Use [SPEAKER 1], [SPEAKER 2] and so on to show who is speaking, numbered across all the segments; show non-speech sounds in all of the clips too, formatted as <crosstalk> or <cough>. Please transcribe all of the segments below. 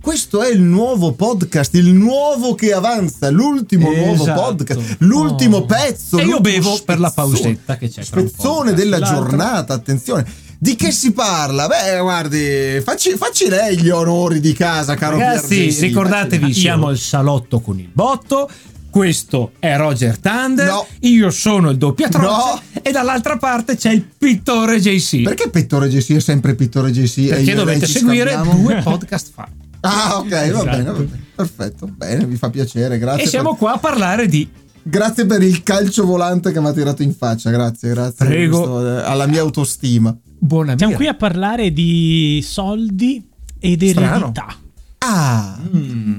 [SPEAKER 1] questo è il nuovo podcast, il nuovo che avanza, l'ultimo nuovo
[SPEAKER 2] Esatto.
[SPEAKER 1] podcast, l'ultimo
[SPEAKER 2] Oh.
[SPEAKER 1] pezzo.
[SPEAKER 3] E io
[SPEAKER 1] l'ultimo
[SPEAKER 3] bevo per la
[SPEAKER 1] spezzone.
[SPEAKER 3] pausetta che c'è. tra un
[SPEAKER 1] Spezzone
[SPEAKER 3] po'.
[SPEAKER 1] della
[SPEAKER 2] L'altro.
[SPEAKER 1] giornata, attenzione. Di che si parla? Beh, guardi, facci, facci lei gli onori di casa, caro
[SPEAKER 3] Ragazzi,
[SPEAKER 1] Pierluigi.
[SPEAKER 3] Eh, ricordatevi,
[SPEAKER 1] Facci-
[SPEAKER 3] siamo al salotto con il botto. Questo è Roger Thunder.
[SPEAKER 1] No.
[SPEAKER 3] Io sono il doppiatroce.
[SPEAKER 1] No.
[SPEAKER 3] E dall'altra parte c'è il pittore JC.
[SPEAKER 1] Perché Pittore JC è sempre Pittore JC? e Eh. io
[SPEAKER 3] Perché
[SPEAKER 1] e
[SPEAKER 3] dovete
[SPEAKER 1] lei ci
[SPEAKER 3] seguire
[SPEAKER 1] scambiamo?
[SPEAKER 3] due podcast fa.
[SPEAKER 1] Ah, ok, va
[SPEAKER 3] Esatto.
[SPEAKER 1] bene, va bene. Perfetto, bene, mi fa piacere, grazie.
[SPEAKER 3] E siamo
[SPEAKER 1] per-
[SPEAKER 3] qua a parlare di
[SPEAKER 1] Grazie per il calcio volante che mi ha tirato in faccia, grazie, grazie.
[SPEAKER 3] Prego.
[SPEAKER 1] Questo, eh, alla mia autostima.
[SPEAKER 3] buona vita.
[SPEAKER 2] Siamo qui a parlare di soldi ed
[SPEAKER 1] Strano.
[SPEAKER 2] eredità.
[SPEAKER 1] Ah,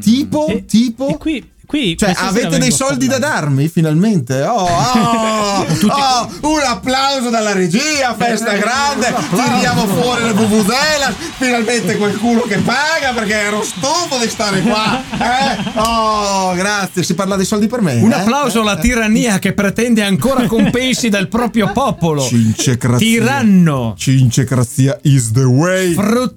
[SPEAKER 1] tipo, tipo...
[SPEAKER 2] Mm. E qui, qui
[SPEAKER 1] Cioè,
[SPEAKER 2] questa sera
[SPEAKER 1] avete dei
[SPEAKER 2] vengo a
[SPEAKER 1] soldi da
[SPEAKER 2] parlare.
[SPEAKER 1] darmi finalmente? Oh,
[SPEAKER 2] <laughs>
[SPEAKER 1] oh, oh, un applauso dalla regia, festa grande, tiriamo fuori le vuvuzela, finalmente qualcuno che paga perché ero stufo di stare qua. eh? Oh, grazie, si parla dei soldi per me.
[SPEAKER 3] Un
[SPEAKER 1] eh?
[SPEAKER 3] applauso alla tirannia che pretende ancora compensi dal proprio popolo.
[SPEAKER 1] Cincecrazia.
[SPEAKER 3] Tiranno,
[SPEAKER 1] Cincecrazia is the way.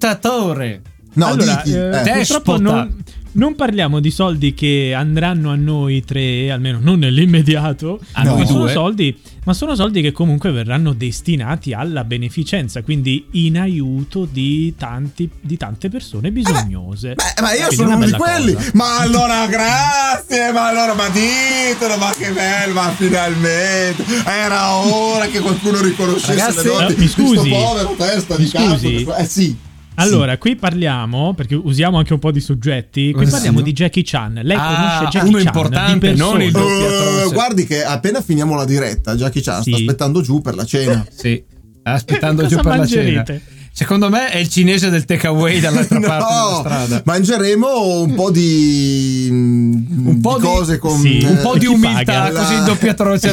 [SPEAKER 3] fruttatore.
[SPEAKER 1] No,
[SPEAKER 2] allora,
[SPEAKER 1] dichi,
[SPEAKER 2] eh,
[SPEAKER 1] eh.
[SPEAKER 2] purtroppo
[SPEAKER 3] Despota.
[SPEAKER 2] non, non parliamo di soldi che andranno a noi tre, almeno non nell'immediato,
[SPEAKER 3] A
[SPEAKER 1] No.
[SPEAKER 2] ma
[SPEAKER 3] noi
[SPEAKER 2] sono,
[SPEAKER 3] due.
[SPEAKER 2] soldi, ma sono soldi che comunque verranno destinati alla beneficenza, quindi in aiuto di, tanti, di tante persone bisognose.
[SPEAKER 1] Eh Beh, ma io
[SPEAKER 2] Quindi
[SPEAKER 1] sono
[SPEAKER 2] una
[SPEAKER 1] uno di
[SPEAKER 2] bella
[SPEAKER 1] quelli.
[SPEAKER 2] cosa.
[SPEAKER 1] Ma allora, grazie. Ma allora, ma ditelo, ma che bello, ma finalmente. Era ora che qualcuno riconoscesse
[SPEAKER 3] Ragazzi,
[SPEAKER 1] le doti
[SPEAKER 2] eh, mi
[SPEAKER 1] di sto
[SPEAKER 2] scusi.
[SPEAKER 1] povero testa
[SPEAKER 2] Mi
[SPEAKER 1] di cazzo.
[SPEAKER 2] scusi.
[SPEAKER 1] Eh sì.
[SPEAKER 2] Allora, qui parliamo, perché usiamo anche un po' di soggetti, qui
[SPEAKER 3] Eh,
[SPEAKER 2] parliamo
[SPEAKER 3] sì.
[SPEAKER 2] di Jackie Chan. Lei
[SPEAKER 3] Ah,
[SPEAKER 2] conosce Jackie
[SPEAKER 3] uno
[SPEAKER 2] Chan
[SPEAKER 3] importante,
[SPEAKER 2] di persona.
[SPEAKER 3] non il-
[SPEAKER 1] Eh,
[SPEAKER 3] Doppiatroce.
[SPEAKER 1] guardi che appena finiamo la diretta, Jackie Chan sta
[SPEAKER 2] Sì.
[SPEAKER 1] aspettando giù per la cena.
[SPEAKER 3] Sì, aspettando
[SPEAKER 2] <laughs> Cosa
[SPEAKER 3] giù per la cena.
[SPEAKER 2] mangerete?
[SPEAKER 3] Secondo me è il cinese del
[SPEAKER 1] <laughs>
[SPEAKER 3] takeaway dall'altra parte della strada.
[SPEAKER 1] mangeremo un po' di, un
[SPEAKER 3] po' di-
[SPEAKER 1] cose con
[SPEAKER 2] sì,
[SPEAKER 3] Un po'
[SPEAKER 1] eh,
[SPEAKER 3] di
[SPEAKER 2] chi
[SPEAKER 3] umiltà,
[SPEAKER 2] paga?
[SPEAKER 1] La-
[SPEAKER 3] così il doppiatroce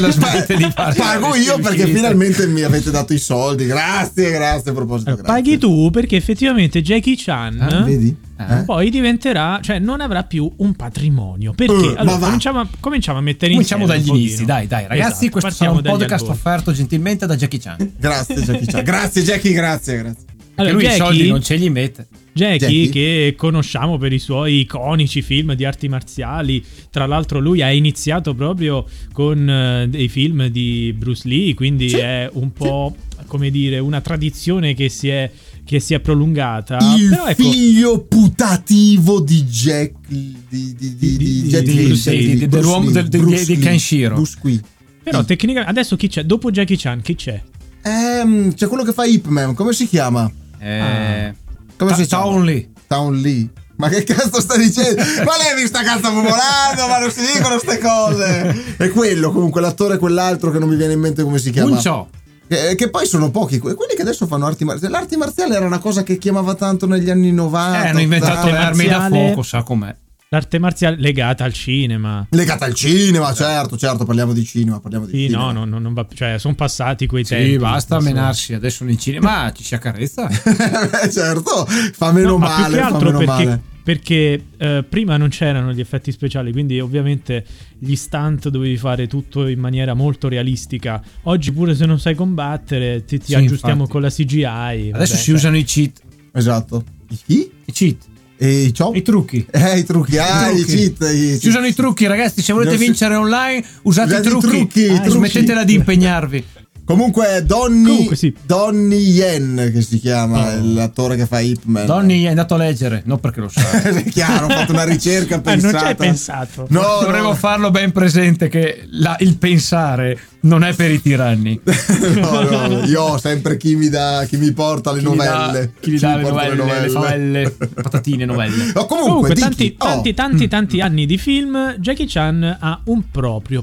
[SPEAKER 1] <laughs>
[SPEAKER 3] la smette di fare.
[SPEAKER 1] Pago io perché finalmente mi avete dato i soldi. Grazie, grazie a proposito.
[SPEAKER 2] Allora,
[SPEAKER 1] grazie.
[SPEAKER 2] paghi tu perché effettivamente Jackie Chan
[SPEAKER 3] Ah,
[SPEAKER 1] Vedi?
[SPEAKER 3] Eh, Eh?
[SPEAKER 2] poi diventerà, cioè non avrà più un patrimonio. Perché
[SPEAKER 1] Eh, ma
[SPEAKER 2] allora,
[SPEAKER 1] va.
[SPEAKER 2] cominciamo, a, cominciamo a mettere
[SPEAKER 3] Cominciamo
[SPEAKER 2] insieme.
[SPEAKER 3] diciamo dagli
[SPEAKER 2] un
[SPEAKER 3] inizi,
[SPEAKER 2] pochino.
[SPEAKER 3] dai, dai, ragazzi.
[SPEAKER 2] Esatto,
[SPEAKER 3] questo sarà
[SPEAKER 2] partiamo
[SPEAKER 3] un
[SPEAKER 2] dagli
[SPEAKER 3] podcast
[SPEAKER 2] albori.
[SPEAKER 3] offerto gentilmente da Jackie Chan. Perché
[SPEAKER 1] Grazie, Jackie Chan. Grazie, Jackie, grazie, grazie.
[SPEAKER 2] Allora,
[SPEAKER 3] lui
[SPEAKER 2] Jackie,
[SPEAKER 3] i soldi non ce li mette.
[SPEAKER 2] Jackie,
[SPEAKER 1] Jackie.
[SPEAKER 2] che conosciamo per i suoi iconici film di arti marziali, tra l'altro lui ha iniziato proprio con eh, dei film di Bruce Lee, quindi è un po' come dire una tradizione che si è, che si è prolungata.
[SPEAKER 3] Ah,
[SPEAKER 1] Il
[SPEAKER 2] Però ecco,
[SPEAKER 1] figlio putativo di Jack di, di, di, di,
[SPEAKER 2] di-
[SPEAKER 1] Jet
[SPEAKER 2] di-
[SPEAKER 1] Li,
[SPEAKER 2] Bruce
[SPEAKER 3] Lee, di-
[SPEAKER 1] Bruce
[SPEAKER 3] dell'uomo
[SPEAKER 1] Lee,
[SPEAKER 3] del- di-
[SPEAKER 1] Bruce
[SPEAKER 3] di
[SPEAKER 1] Lee,
[SPEAKER 3] Kenshiro.
[SPEAKER 1] Bruce Lee.
[SPEAKER 2] però tecnicamente adesso chi c'è? Dopo Jackie Chan chi c'è?
[SPEAKER 1] Ehm, c'è quello che fa Ip Man, come si chiama?
[SPEAKER 3] Eh,
[SPEAKER 1] Come
[SPEAKER 3] Ta-
[SPEAKER 1] si chiama?
[SPEAKER 3] Town Lee.
[SPEAKER 1] Town Lee. Ma che cazzo sta <laughs> dicendo? Ma lei ha visto a cazzo popolando? Ma non si dicono queste cose. E quello, comunque, l'attore, quell'altro che non mi viene in mente come si chiama.
[SPEAKER 3] Un ciò. Eh,
[SPEAKER 1] Che, che poi sono pochi que- quelli che adesso fanno arti marziali. L'arte marziale era una cosa che chiamava tanto negli anni 90.
[SPEAKER 3] Eh, hanno inventato
[SPEAKER 1] 80.
[SPEAKER 3] le armi da
[SPEAKER 2] marziale.
[SPEAKER 3] fuoco, sa com'è.
[SPEAKER 2] L'arte marziale legata al cinema.
[SPEAKER 1] Legata al cinema, certo, certo, parliamo di cinema, parliamo di
[SPEAKER 2] Sì,
[SPEAKER 1] cinema. <laughs>
[SPEAKER 2] no, no, no, non va più. Cioè, sono passati quei tempi.
[SPEAKER 3] Sì, basta
[SPEAKER 2] Adesso-
[SPEAKER 3] menarsi adesso nei cinema. Ma ci si accarezza.
[SPEAKER 1] Beh, certo, fa meno
[SPEAKER 2] No, ma più
[SPEAKER 1] male,
[SPEAKER 2] che
[SPEAKER 1] fa
[SPEAKER 2] altro
[SPEAKER 1] meno
[SPEAKER 2] perché,
[SPEAKER 1] male.
[SPEAKER 2] perché, eh, prima non c'erano gli effetti speciali, quindi ovviamente gli stunt dovevi fare tutto in maniera molto realistica. Oggi pure se non sai combattere ti, ti
[SPEAKER 3] Sì,
[SPEAKER 2] aggiustiamo
[SPEAKER 3] infatti.
[SPEAKER 2] con la CGI.
[SPEAKER 3] Adesso si usano
[SPEAKER 2] usano
[SPEAKER 3] i cheat.
[SPEAKER 1] Esatto. I chi?
[SPEAKER 3] I cheat.
[SPEAKER 1] E ciò?
[SPEAKER 3] I trucchi.
[SPEAKER 1] Eh, i trucchi, ah, i
[SPEAKER 3] trucchi.
[SPEAKER 1] cheat, i cheat.
[SPEAKER 3] Si usano i trucchi, ragazzi. Se volete
[SPEAKER 1] Non si-
[SPEAKER 3] vincere online, usate
[SPEAKER 1] Usate
[SPEAKER 3] i trucchi.
[SPEAKER 1] trucchi,
[SPEAKER 3] Ah,
[SPEAKER 1] trucchi.
[SPEAKER 3] Smettetela di impegnarvi.
[SPEAKER 1] Comunque, Donny,
[SPEAKER 2] Comunque, sì.
[SPEAKER 1] Donny Yen, che si chiama
[SPEAKER 2] Oh.
[SPEAKER 1] l'attore che fa Ip Man.
[SPEAKER 3] Donny è andato a leggere, non perché lo sa.
[SPEAKER 1] <laughs> È chiaro, ho fatto una ricerca
[SPEAKER 2] <laughs> Ah, non
[SPEAKER 1] pensata.
[SPEAKER 2] ci hai pensato.
[SPEAKER 1] No, no,
[SPEAKER 3] Dovremmo
[SPEAKER 1] no.
[SPEAKER 3] farlo ben presente che la- il pensare non è per i tiranni.
[SPEAKER 1] <laughs> No, no, io ho sempre chi mi, dà, chi mi porta le
[SPEAKER 3] Chi gli dà-
[SPEAKER 1] novelle.
[SPEAKER 3] Chi gli dà
[SPEAKER 1] mi
[SPEAKER 3] le
[SPEAKER 1] porta
[SPEAKER 3] novelle, le favelle,
[SPEAKER 1] <laughs>
[SPEAKER 3] le patatine, novelle.
[SPEAKER 1] No, comunque,
[SPEAKER 2] Comunque,
[SPEAKER 1] Dicky,
[SPEAKER 2] tanti,
[SPEAKER 1] oh,
[SPEAKER 2] tanti, tanti, tanti anni di film, Jackie Chan ha un proprio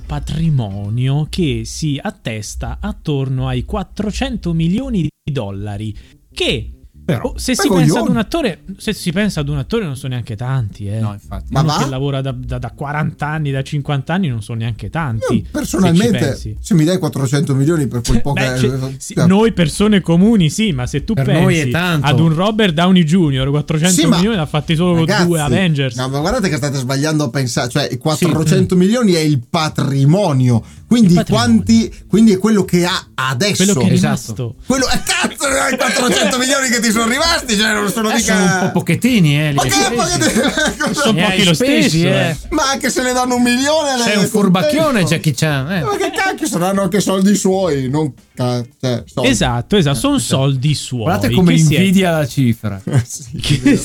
[SPEAKER 2] patrimonio che si attesta attorno ai 400 milioni di dollari. Che,
[SPEAKER 3] Però,
[SPEAKER 2] oh, se
[SPEAKER 1] beh,
[SPEAKER 2] si pensa ad
[SPEAKER 1] coglioni.
[SPEAKER 2] un attore, se si pensa ad un attore, non sono neanche tanti, eh.
[SPEAKER 3] no, infatti.
[SPEAKER 1] Ma
[SPEAKER 2] Uno
[SPEAKER 1] va?
[SPEAKER 2] che lavora da, da- da 40 anni, da 50 anni, non sono neanche tanti.
[SPEAKER 1] io
[SPEAKER 2] se ci
[SPEAKER 1] personalmente, eh, se,
[SPEAKER 2] pensi.
[SPEAKER 1] mi dai 400 milioni per quel po'
[SPEAKER 2] Beh,
[SPEAKER 1] che.
[SPEAKER 2] cioè, sì, noi persone comuni, sì, ma se tu
[SPEAKER 3] Per
[SPEAKER 2] pensi
[SPEAKER 3] noi è tanto.
[SPEAKER 2] ad un Robert Downey Jr., 400
[SPEAKER 1] Sì, ma-
[SPEAKER 2] milioni, l'ha fatti solo
[SPEAKER 1] Ragazzi,
[SPEAKER 2] due Avengers.
[SPEAKER 1] No, ma guardate che state sbagliando a pensare. Cioè, i 400 milioni è il patrimonio. Quindi,
[SPEAKER 2] Il patrimonio.
[SPEAKER 1] quanti, quindi è quello che ha adesso.
[SPEAKER 2] Quello che è
[SPEAKER 3] Esatto.
[SPEAKER 2] rimasto.
[SPEAKER 1] Quello eh, cazzo, ne hai
[SPEAKER 2] <laughs>
[SPEAKER 1] 400 milioni che ti sono rimasti, cioè non sono
[SPEAKER 3] Eh,
[SPEAKER 1] mica
[SPEAKER 3] sono un po' pochettini, eh. li
[SPEAKER 1] Ma
[SPEAKER 3] hai
[SPEAKER 1] che
[SPEAKER 3] presi.
[SPEAKER 1] <laughs> ma che-
[SPEAKER 2] Sono
[SPEAKER 3] Eh,
[SPEAKER 2] pochi
[SPEAKER 3] hai
[SPEAKER 2] lo
[SPEAKER 3] spesi,
[SPEAKER 2] stesso.
[SPEAKER 3] eh.
[SPEAKER 2] eh.
[SPEAKER 1] Ma anche se ne danno un milione lei
[SPEAKER 3] Sei
[SPEAKER 1] è
[SPEAKER 3] un furbacchione,
[SPEAKER 1] contento.
[SPEAKER 3] Jackie Chan. eh.
[SPEAKER 1] Ma che cacchio saranno anche soldi suoi, non ca- cioè, soldi. Eh,
[SPEAKER 2] Esatto, esatto, sono soldi suoi.
[SPEAKER 3] Guardate come
[SPEAKER 2] che si è-
[SPEAKER 3] invidia la cifra.
[SPEAKER 1] <laughs> Sì,
[SPEAKER 2] che,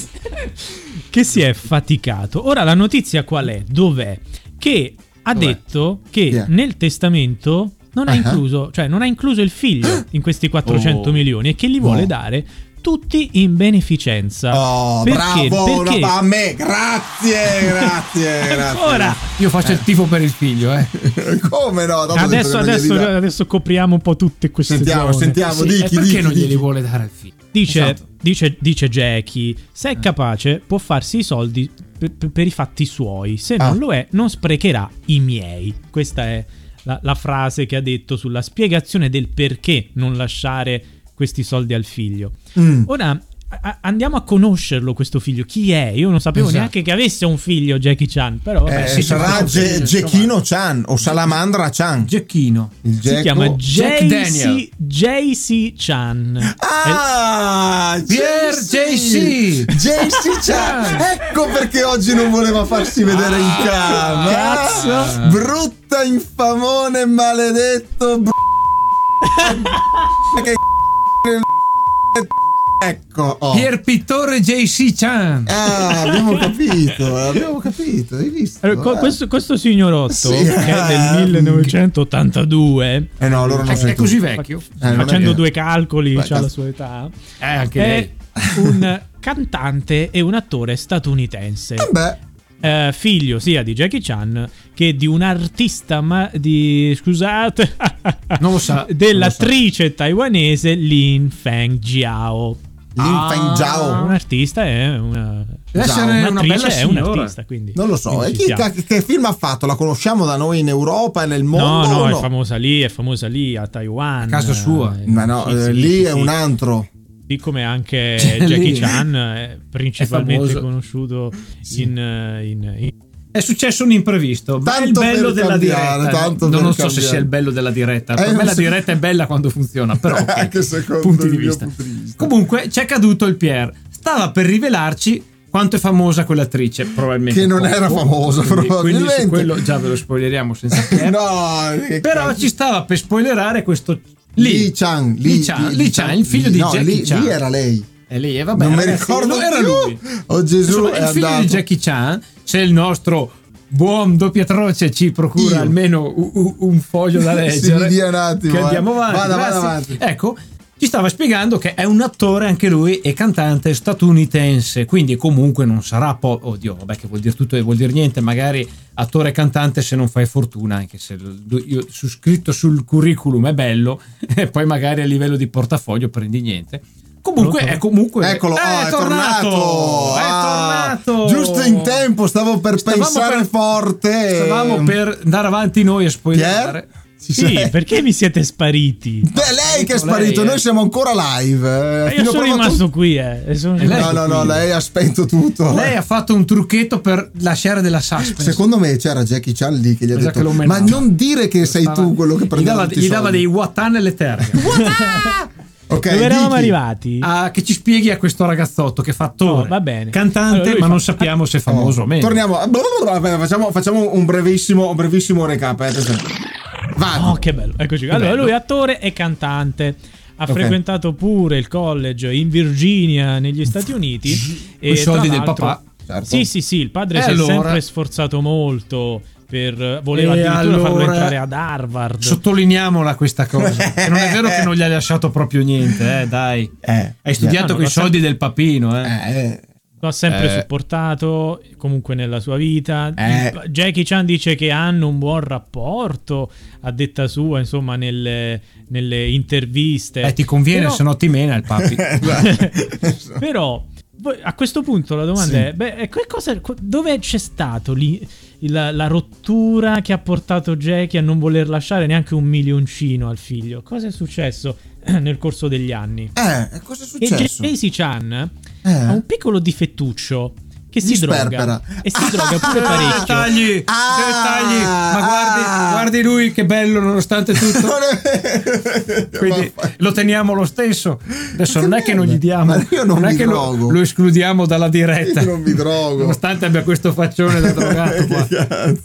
[SPEAKER 2] <laughs> che si è faticato. Ora la notizia qual è? Dov'è? Che ha detto che
[SPEAKER 1] Chi è?
[SPEAKER 2] nel testamento non ha
[SPEAKER 1] Ah.
[SPEAKER 2] incluso, cioè non ha incluso il figlio in questi 400
[SPEAKER 3] Oh.
[SPEAKER 2] milioni e che li vuole
[SPEAKER 1] No.
[SPEAKER 2] dare tutti in beneficenza.
[SPEAKER 1] Oh,
[SPEAKER 2] Perché?
[SPEAKER 1] bravo,
[SPEAKER 2] Perché?
[SPEAKER 1] una- a me, grazie,
[SPEAKER 2] <laughs>
[SPEAKER 1] grazie, grazie.
[SPEAKER 2] Ora,
[SPEAKER 3] Io faccio il tifo per il figlio, eh.
[SPEAKER 1] <laughs> Come no? Dopo
[SPEAKER 2] adesso,
[SPEAKER 1] detto che non
[SPEAKER 2] adesso,
[SPEAKER 1] glieli dà.
[SPEAKER 2] adesso copriamo un po' tutte queste
[SPEAKER 1] Sentiamo,
[SPEAKER 2] zone.
[SPEAKER 1] sentiamo,
[SPEAKER 3] Sì,
[SPEAKER 1] dichi,
[SPEAKER 3] e Eh, perché
[SPEAKER 1] dichi,
[SPEAKER 3] non glieli
[SPEAKER 1] dichi.
[SPEAKER 3] vuole dare al figlio?
[SPEAKER 2] Dice,
[SPEAKER 3] Esatto.
[SPEAKER 2] dice, dice Jackie, se è capace può farsi i soldi per, per- per i fatti suoi, se
[SPEAKER 1] Ah.
[SPEAKER 2] non lo è non sprecherà i miei. Questa è la, la frase che ha detto sulla spiegazione del perché non lasciare questi soldi al figlio.
[SPEAKER 1] Mm.
[SPEAKER 2] Ora a- a- andiamo a conoscerlo questo figlio, chi è? Io non sapevo
[SPEAKER 3] Esatto.
[SPEAKER 2] neanche che avesse un figlio Jackie Chan, però vabbè,
[SPEAKER 1] Eh,
[SPEAKER 2] si,
[SPEAKER 1] sarà
[SPEAKER 3] sì, sì,
[SPEAKER 1] Ge-
[SPEAKER 3] sì,
[SPEAKER 1] Gechino Chan o Salamandra Chan.
[SPEAKER 3] Gecchino.
[SPEAKER 1] Il
[SPEAKER 2] si
[SPEAKER 1] Gecko-
[SPEAKER 2] chiama
[SPEAKER 3] Jack
[SPEAKER 2] JC JC Chan.
[SPEAKER 1] Ah,
[SPEAKER 2] eh.
[SPEAKER 3] Pier JC.
[SPEAKER 2] <laughs>
[SPEAKER 1] JC Chan.
[SPEAKER 2] Ah.
[SPEAKER 1] Ecco perché oggi non voleva farsi vedere in camera.
[SPEAKER 2] cazzo.
[SPEAKER 1] Brutta infamone maledetto. br- <laughs> che <laughs> ecco. oh.
[SPEAKER 3] Pier Pittore JC Chan.
[SPEAKER 1] Ah, abbiamo capito, abbiamo capito, hai visto?
[SPEAKER 2] Allora, co-
[SPEAKER 1] Eh.
[SPEAKER 2] questo, questo signorotto,
[SPEAKER 1] Sì,
[SPEAKER 2] che è
[SPEAKER 1] <laughs> eh.
[SPEAKER 2] del 1982,
[SPEAKER 1] Eh no, loro non
[SPEAKER 3] È,
[SPEAKER 1] sei
[SPEAKER 3] è
[SPEAKER 1] tu.
[SPEAKER 3] così vecchio.
[SPEAKER 1] Eh, non è
[SPEAKER 2] facendo
[SPEAKER 1] vero.
[SPEAKER 2] due calcoli,
[SPEAKER 1] Beh,
[SPEAKER 2] c'ha la
[SPEAKER 1] cazzo.
[SPEAKER 2] sua età,
[SPEAKER 3] Eh, anche
[SPEAKER 2] è
[SPEAKER 3] lei.
[SPEAKER 1] <laughs>
[SPEAKER 2] un cantante e un attore statunitense.
[SPEAKER 1] Eh beh,
[SPEAKER 2] Eh, figlio sia di Jackie Chan che di un artista ma- di scusate <laughs>
[SPEAKER 3] Non lo sa.
[SPEAKER 2] dell'attrice taiwanese Lin Feng Jiao.
[SPEAKER 1] Lin Feng Zhao.
[SPEAKER 2] Un artista è una
[SPEAKER 3] Deve
[SPEAKER 1] Zhao,
[SPEAKER 3] essere una
[SPEAKER 2] un'attrice
[SPEAKER 3] bella
[SPEAKER 2] è un
[SPEAKER 3] signora.
[SPEAKER 2] artista, quindi
[SPEAKER 1] Non lo so,
[SPEAKER 2] quindi
[SPEAKER 1] e
[SPEAKER 2] ci
[SPEAKER 1] chi
[SPEAKER 2] siamo.
[SPEAKER 1] cacchio- che film ha fatto? La conosciamo da noi in Europa e nel
[SPEAKER 2] No,
[SPEAKER 1] mondo?
[SPEAKER 2] no,
[SPEAKER 1] o
[SPEAKER 2] è famosa lì, è famosa lì a Taiwan.
[SPEAKER 3] A casa sua.
[SPEAKER 2] Eh,
[SPEAKER 1] Ma no,
[SPEAKER 2] sì,
[SPEAKER 1] eh,
[SPEAKER 2] sì,
[SPEAKER 1] lì
[SPEAKER 2] sì,
[SPEAKER 1] è
[SPEAKER 2] sì.
[SPEAKER 1] un altro.
[SPEAKER 2] Lì come
[SPEAKER 1] <laughs>
[SPEAKER 2] anche
[SPEAKER 3] Cioè,
[SPEAKER 2] Jackie
[SPEAKER 3] lì
[SPEAKER 2] Chan, è principalmente
[SPEAKER 3] famoso.
[SPEAKER 2] conosciuto
[SPEAKER 1] Sì.
[SPEAKER 2] in, eh, in- in-
[SPEAKER 3] È successo un imprevisto. Ma è il
[SPEAKER 1] Tanto
[SPEAKER 3] bello
[SPEAKER 1] per
[SPEAKER 3] della
[SPEAKER 1] cambiare,
[SPEAKER 3] diretta.
[SPEAKER 1] tanto
[SPEAKER 3] non
[SPEAKER 1] per
[SPEAKER 3] non so se
[SPEAKER 1] cambiare.
[SPEAKER 3] sia il bello della diretta.
[SPEAKER 1] Eh,
[SPEAKER 3] Per me
[SPEAKER 1] non
[SPEAKER 3] la
[SPEAKER 1] so.
[SPEAKER 3] diretta è bella quando
[SPEAKER 1] <laughs>
[SPEAKER 3] funziona, però ok.
[SPEAKER 1] Anche secondo
[SPEAKER 3] punti
[SPEAKER 1] il
[SPEAKER 3] di
[SPEAKER 1] mio
[SPEAKER 3] vista.
[SPEAKER 1] punto di vista.
[SPEAKER 3] Comunque c'è caduto il Pierre. Stava per rivelarci quanto è famosa quell'attrice, probabilmente.
[SPEAKER 1] Che non
[SPEAKER 3] poco.
[SPEAKER 1] era famosa,
[SPEAKER 3] Quindi- Quindi
[SPEAKER 1] probabilmente.
[SPEAKER 3] su quello già ve lo
[SPEAKER 1] <laughs>
[SPEAKER 3] spoileriamo senza Pierre.
[SPEAKER 1] No, eh, che
[SPEAKER 3] <laughs> Però
[SPEAKER 1] cazzo.
[SPEAKER 3] ci stava per spoilerare questo
[SPEAKER 1] Lee,
[SPEAKER 3] Lee.
[SPEAKER 1] Chang,
[SPEAKER 3] Lee Chan, Lee Chan, il figlio di
[SPEAKER 1] no,
[SPEAKER 3] Jackie
[SPEAKER 1] Lee-
[SPEAKER 3] Chan.
[SPEAKER 1] Lee era lei.
[SPEAKER 3] E lei, eh, vabbè,
[SPEAKER 1] non mi
[SPEAKER 3] ragazzi,
[SPEAKER 1] ricordo
[SPEAKER 3] lo era
[SPEAKER 1] più.
[SPEAKER 3] lui.
[SPEAKER 1] Oh Gesù,
[SPEAKER 3] Insomma, il
[SPEAKER 1] è
[SPEAKER 3] figlio
[SPEAKER 1] andato.
[SPEAKER 3] di Jackie Chan, se il nostro buon doppiatroce ci procura
[SPEAKER 1] Io.
[SPEAKER 3] almeno u- u- un foglio da
[SPEAKER 1] <laughs> Sì,
[SPEAKER 3] leggere,
[SPEAKER 1] mi dia un attimo,
[SPEAKER 3] che
[SPEAKER 1] eh.
[SPEAKER 3] andiamo avanti.
[SPEAKER 1] Vada, vada
[SPEAKER 3] grazie.
[SPEAKER 1] avanti.
[SPEAKER 3] Ecco, ci stava spiegando che è un attore anche lui e cantante statunitense, quindi comunque non sarà poi, oddio, vabbè che vuol dire tutto e vuol dire niente, magari attore e cantante se non fai fortuna, anche se l- io su- scritto sul curriculum è bello, <laughs> e poi magari a livello di portafoglio prendi niente. Comunque
[SPEAKER 2] Pronto?
[SPEAKER 3] è comunque
[SPEAKER 1] Eccolo,
[SPEAKER 3] eh,
[SPEAKER 1] ah,
[SPEAKER 3] è, tornato, è
[SPEAKER 1] Ah,
[SPEAKER 3] tornato.
[SPEAKER 1] Giusto in tempo, stavo per
[SPEAKER 3] Stavamo
[SPEAKER 1] pensare
[SPEAKER 3] per-
[SPEAKER 1] forte.
[SPEAKER 3] Stavamo per andare avanti noi e spoilerare.
[SPEAKER 1] Pier? Ci
[SPEAKER 2] Sì,
[SPEAKER 1] sei?
[SPEAKER 2] perché vi siete spariti?
[SPEAKER 1] Beh, lei che è
[SPEAKER 3] Ecco,
[SPEAKER 1] sparito,
[SPEAKER 3] lei, eh.
[SPEAKER 1] noi siamo ancora live. eh.
[SPEAKER 2] Ma io
[SPEAKER 1] Fino a
[SPEAKER 2] sono
[SPEAKER 1] prova
[SPEAKER 2] rimasto
[SPEAKER 1] con-
[SPEAKER 2] qui, eh. e sono
[SPEAKER 3] E lei-
[SPEAKER 2] rimasto-
[SPEAKER 1] No, no, no, lei aspetto tutto.
[SPEAKER 3] Lei ha fatto un trucchetto per lasciare della suspense.
[SPEAKER 1] Secondo me c'era Jackie Chan lì che gli ha
[SPEAKER 3] Esatto,
[SPEAKER 1] detto:
[SPEAKER 3] lo
[SPEAKER 1] Ma
[SPEAKER 3] menava."
[SPEAKER 1] non dire che sei
[SPEAKER 3] Stava-
[SPEAKER 1] tu quello che
[SPEAKER 3] gli
[SPEAKER 1] prendeva
[SPEAKER 3] dava,
[SPEAKER 1] tutti i
[SPEAKER 3] gli dava
[SPEAKER 1] soldi."
[SPEAKER 3] dei Watan e le terre.
[SPEAKER 1] <laughs> Ok,
[SPEAKER 2] Dove eravamo
[SPEAKER 1] dichi.
[SPEAKER 2] arrivati?
[SPEAKER 3] Ah, che ci spieghi a questo ragazzotto che fa attore,
[SPEAKER 2] No, va bene.
[SPEAKER 3] cantante,
[SPEAKER 2] Allora, lui
[SPEAKER 3] ma
[SPEAKER 2] fa-
[SPEAKER 3] non sappiamo se è famoso o meno.
[SPEAKER 1] Oh, Torniamo. Aspetta, Facciamo, facciamo un brevissimo, un brevissimo recap. eh, attenzione. Vado.
[SPEAKER 2] Oh, che bello. Eccoci. qua. Allora,
[SPEAKER 3] Ah, bello.
[SPEAKER 2] lui è attore e cantante. Ha
[SPEAKER 1] Ok.
[SPEAKER 2] frequentato pure il college in Virginia, negli Stati Uniti.
[SPEAKER 3] Coi soldi
[SPEAKER 2] tra
[SPEAKER 3] del
[SPEAKER 2] l'altro-
[SPEAKER 3] papà.
[SPEAKER 1] Certo.
[SPEAKER 2] Sì, sì, sì. Il padre
[SPEAKER 3] E
[SPEAKER 2] si
[SPEAKER 3] allora?
[SPEAKER 2] è sempre sforzato molto. Per, voleva
[SPEAKER 3] E
[SPEAKER 2] addirittura farlo
[SPEAKER 3] allora-
[SPEAKER 2] entrare ad Harvard.
[SPEAKER 3] Sottolineiamola questa cosa. che non è vero che non gli hai lasciato proprio niente, eh, dai.
[SPEAKER 1] Eh,
[SPEAKER 3] Hai studiato
[SPEAKER 2] no,
[SPEAKER 3] con i
[SPEAKER 2] lo sa-
[SPEAKER 3] soldi del papino, eh.
[SPEAKER 1] eh,
[SPEAKER 2] Lo ha sempre
[SPEAKER 3] Eh.
[SPEAKER 2] supportato comunque nella sua vita.
[SPEAKER 1] Eh.
[SPEAKER 2] Jackie Chan dice che hanno un buon rapporto, a detta sua, insomma, nelle, nelle interviste.
[SPEAKER 3] Eh, ti conviene,
[SPEAKER 2] certo.
[SPEAKER 3] se
[SPEAKER 2] Però-
[SPEAKER 3] no ti mena
[SPEAKER 1] <laughs>
[SPEAKER 3] il papi.
[SPEAKER 2] <laughs> Però voi- a questo punto la domanda
[SPEAKER 1] Sì.
[SPEAKER 2] è: beh, e che cosa- co- dove c'è stato lì la, la rottura che ha portato Jackie a non voler lasciare neanche un milioncino al figlio? Cosa è successo <clears throat> nel corso degli anni?
[SPEAKER 1] eh, cosa è
[SPEAKER 2] E
[SPEAKER 1] successo?
[SPEAKER 2] Casey Chan
[SPEAKER 1] Eh.
[SPEAKER 2] ha un piccolo difettuccio che si
[SPEAKER 1] disperpera.
[SPEAKER 2] droga e si droga pure
[SPEAKER 1] <laughs>
[SPEAKER 2] parecchio.
[SPEAKER 3] Dettagli,
[SPEAKER 1] Ah,
[SPEAKER 3] dettagli. Ma guardi,
[SPEAKER 1] ah.
[SPEAKER 3] guardi lui che bello nonostante
[SPEAKER 1] <laughs>
[SPEAKER 3] tutto.
[SPEAKER 1] Non è vero.
[SPEAKER 3] Quindi
[SPEAKER 1] Vaffa-
[SPEAKER 3] lo teniamo lo stesso. Adesso
[SPEAKER 1] Ma che
[SPEAKER 3] non è che non
[SPEAKER 1] merda.
[SPEAKER 3] gli diamo,
[SPEAKER 1] Ma io non
[SPEAKER 3] è
[SPEAKER 1] mi
[SPEAKER 3] che lo,
[SPEAKER 1] drogo.
[SPEAKER 3] lo escludiamo dalla diretta.
[SPEAKER 1] Io non mi drogo.
[SPEAKER 3] Nonostante abbia questo faccione
[SPEAKER 1] <laughs>
[SPEAKER 3] da drogato qua.
[SPEAKER 1] Che cazzo.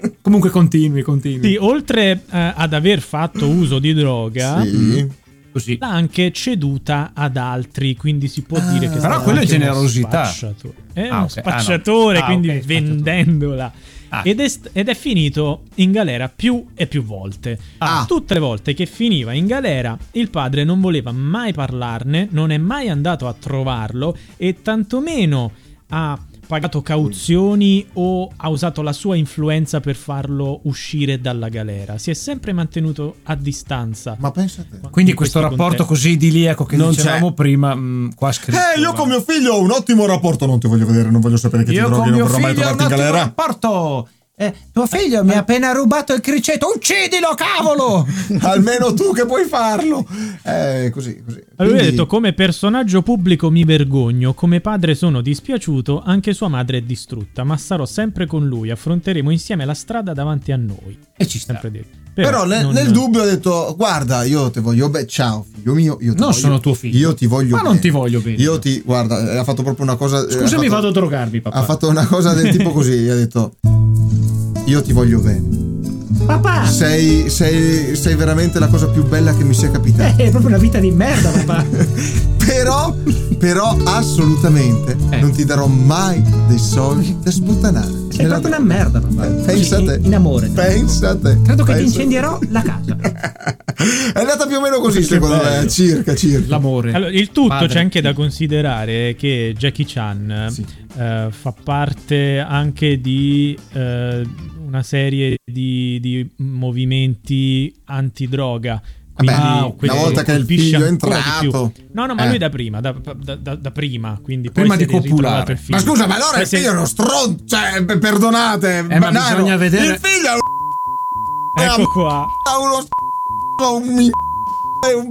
[SPEAKER 3] Eh, comunque continui, continui.
[SPEAKER 2] Sì, oltre eh, ad aver fatto uso di droga,
[SPEAKER 1] Sì.
[SPEAKER 3] Così.
[SPEAKER 2] l'ha anche ceduta ad altri, quindi si può dire che
[SPEAKER 1] Però
[SPEAKER 2] stato
[SPEAKER 3] Ah, quello è
[SPEAKER 2] anche uno
[SPEAKER 3] generosità.
[SPEAKER 2] spacciato- È
[SPEAKER 3] Ah,
[SPEAKER 2] uno
[SPEAKER 3] ok. Ah, no.
[SPEAKER 2] spacciatore,
[SPEAKER 3] Ah,
[SPEAKER 2] quindi
[SPEAKER 3] ok, spacciatore.
[SPEAKER 2] vendendola.
[SPEAKER 3] Ah.
[SPEAKER 2] Ed, è, st- ed è finito in galera più e più volte.
[SPEAKER 1] Ah.
[SPEAKER 2] Tutte le volte che finiva in galera, il padre non voleva mai parlarne, non è mai andato a trovarlo e tantomeno ha pagato cauzioni o ha usato la sua influenza per farlo uscire dalla galera. Si è sempre mantenuto a distanza.
[SPEAKER 1] Ma pensa a te.
[SPEAKER 3] Quindi
[SPEAKER 2] In
[SPEAKER 3] questo
[SPEAKER 2] questi
[SPEAKER 3] rapporto
[SPEAKER 2] contesti.
[SPEAKER 3] così idiliaco che
[SPEAKER 1] Non
[SPEAKER 3] dicevamo
[SPEAKER 1] c'è.
[SPEAKER 3] prima, mh, qua scritto.
[SPEAKER 1] Eh, io
[SPEAKER 3] guarda.
[SPEAKER 1] con mio figlio ho un ottimo rapporto. Non ti voglio vedere, non voglio sapere che ti
[SPEAKER 3] Io
[SPEAKER 1] droghi,
[SPEAKER 3] con
[SPEAKER 1] non
[SPEAKER 3] mio
[SPEAKER 1] vorrò mai
[SPEAKER 3] figlio ho un
[SPEAKER 1] trovarti in
[SPEAKER 3] ottimo
[SPEAKER 1] galera. <laughs>
[SPEAKER 3] rapporto. Eh, tuo figlio mi ha appena rubato il criceto. Uccidilo, cavolo!
[SPEAKER 1] Almeno tu che puoi farlo. Eh, così, così.
[SPEAKER 2] Allora lui ha
[SPEAKER 1] Quindi-
[SPEAKER 2] detto come personaggio pubblico mi vergogno, come padre sono dispiaciuto, anche sua madre è distrutta, ma sarò sempre con lui, affronteremo insieme la strada davanti a noi.
[SPEAKER 3] e ci sta.
[SPEAKER 2] Sempre detto.
[SPEAKER 3] Eh,
[SPEAKER 1] Però nel,
[SPEAKER 2] non-
[SPEAKER 1] nel dubbio ho detto: Guarda, io ti voglio bene. Ciao, figlio mio. Io ti
[SPEAKER 3] Non
[SPEAKER 1] voglio-
[SPEAKER 3] sono tuo figlio.
[SPEAKER 1] Io ti voglio
[SPEAKER 3] Ma non ti voglio bene.
[SPEAKER 1] Io ti. Guarda, eh, ha fatto proprio una cosa. eh, Ah,
[SPEAKER 3] Scusami,
[SPEAKER 1] ha fatto-
[SPEAKER 3] vado a drogarmi, papà.
[SPEAKER 1] Ha fatto una cosa del tipo così. Gli ha detto: Io ti voglio bene.
[SPEAKER 3] Papà!
[SPEAKER 1] Sei, sei, sei veramente la cosa più bella che mi sia capitata.
[SPEAKER 3] Eh, È proprio una vita di merda, papà.
[SPEAKER 1] <laughs> Però, però, assolutamente
[SPEAKER 3] Eh.
[SPEAKER 1] non ti darò mai dei soldi da sputtanare.
[SPEAKER 3] Sei
[SPEAKER 1] Nella
[SPEAKER 3] proprio una
[SPEAKER 1] vita.
[SPEAKER 3] merda, papà.
[SPEAKER 1] Pensa a
[SPEAKER 3] Così,
[SPEAKER 1] te.
[SPEAKER 3] In, in amore.
[SPEAKER 1] Pensa a te.
[SPEAKER 3] Credo che ti
[SPEAKER 1] Pensa-
[SPEAKER 3] incendierò la casa.
[SPEAKER 1] <laughs> È andata più o meno così,
[SPEAKER 3] Che
[SPEAKER 1] secondo
[SPEAKER 3] bello.
[SPEAKER 1] me. eh. Circa, circa.
[SPEAKER 3] <laughs> L'amore.
[SPEAKER 2] Allora, il tutto
[SPEAKER 3] Padre.
[SPEAKER 2] c'è anche da considerare che Jackie Chan
[SPEAKER 1] Sì.
[SPEAKER 2] eh, fa parte anche di eh, una serie di, di movimenti antidroga. Quindi
[SPEAKER 1] Vabbè,
[SPEAKER 3] Ah, ok.
[SPEAKER 2] questo
[SPEAKER 1] una volta che il
[SPEAKER 2] colpisce
[SPEAKER 1] figlio è
[SPEAKER 2] ancora di più.
[SPEAKER 1] entrato.
[SPEAKER 2] No, no, ma
[SPEAKER 1] Eh.
[SPEAKER 2] lui da prima, da, da- da- da prima, quindi
[SPEAKER 3] Prima
[SPEAKER 2] poi
[SPEAKER 3] di
[SPEAKER 2] si è ritrovato
[SPEAKER 3] copulare.
[SPEAKER 2] il
[SPEAKER 1] Ma
[SPEAKER 2] figlio.
[SPEAKER 1] scusa, ma allora
[SPEAKER 2] Poi
[SPEAKER 1] il
[SPEAKER 2] si è-
[SPEAKER 1] figlio è uno stronzo. Cioè, p- perdonate.
[SPEAKER 3] Eh, ma
[SPEAKER 1] banano.
[SPEAKER 3] bisogna vedere-
[SPEAKER 1] Il figlio è un-
[SPEAKER 2] Ecco qua.
[SPEAKER 1] è uno stronzo, un mi- è un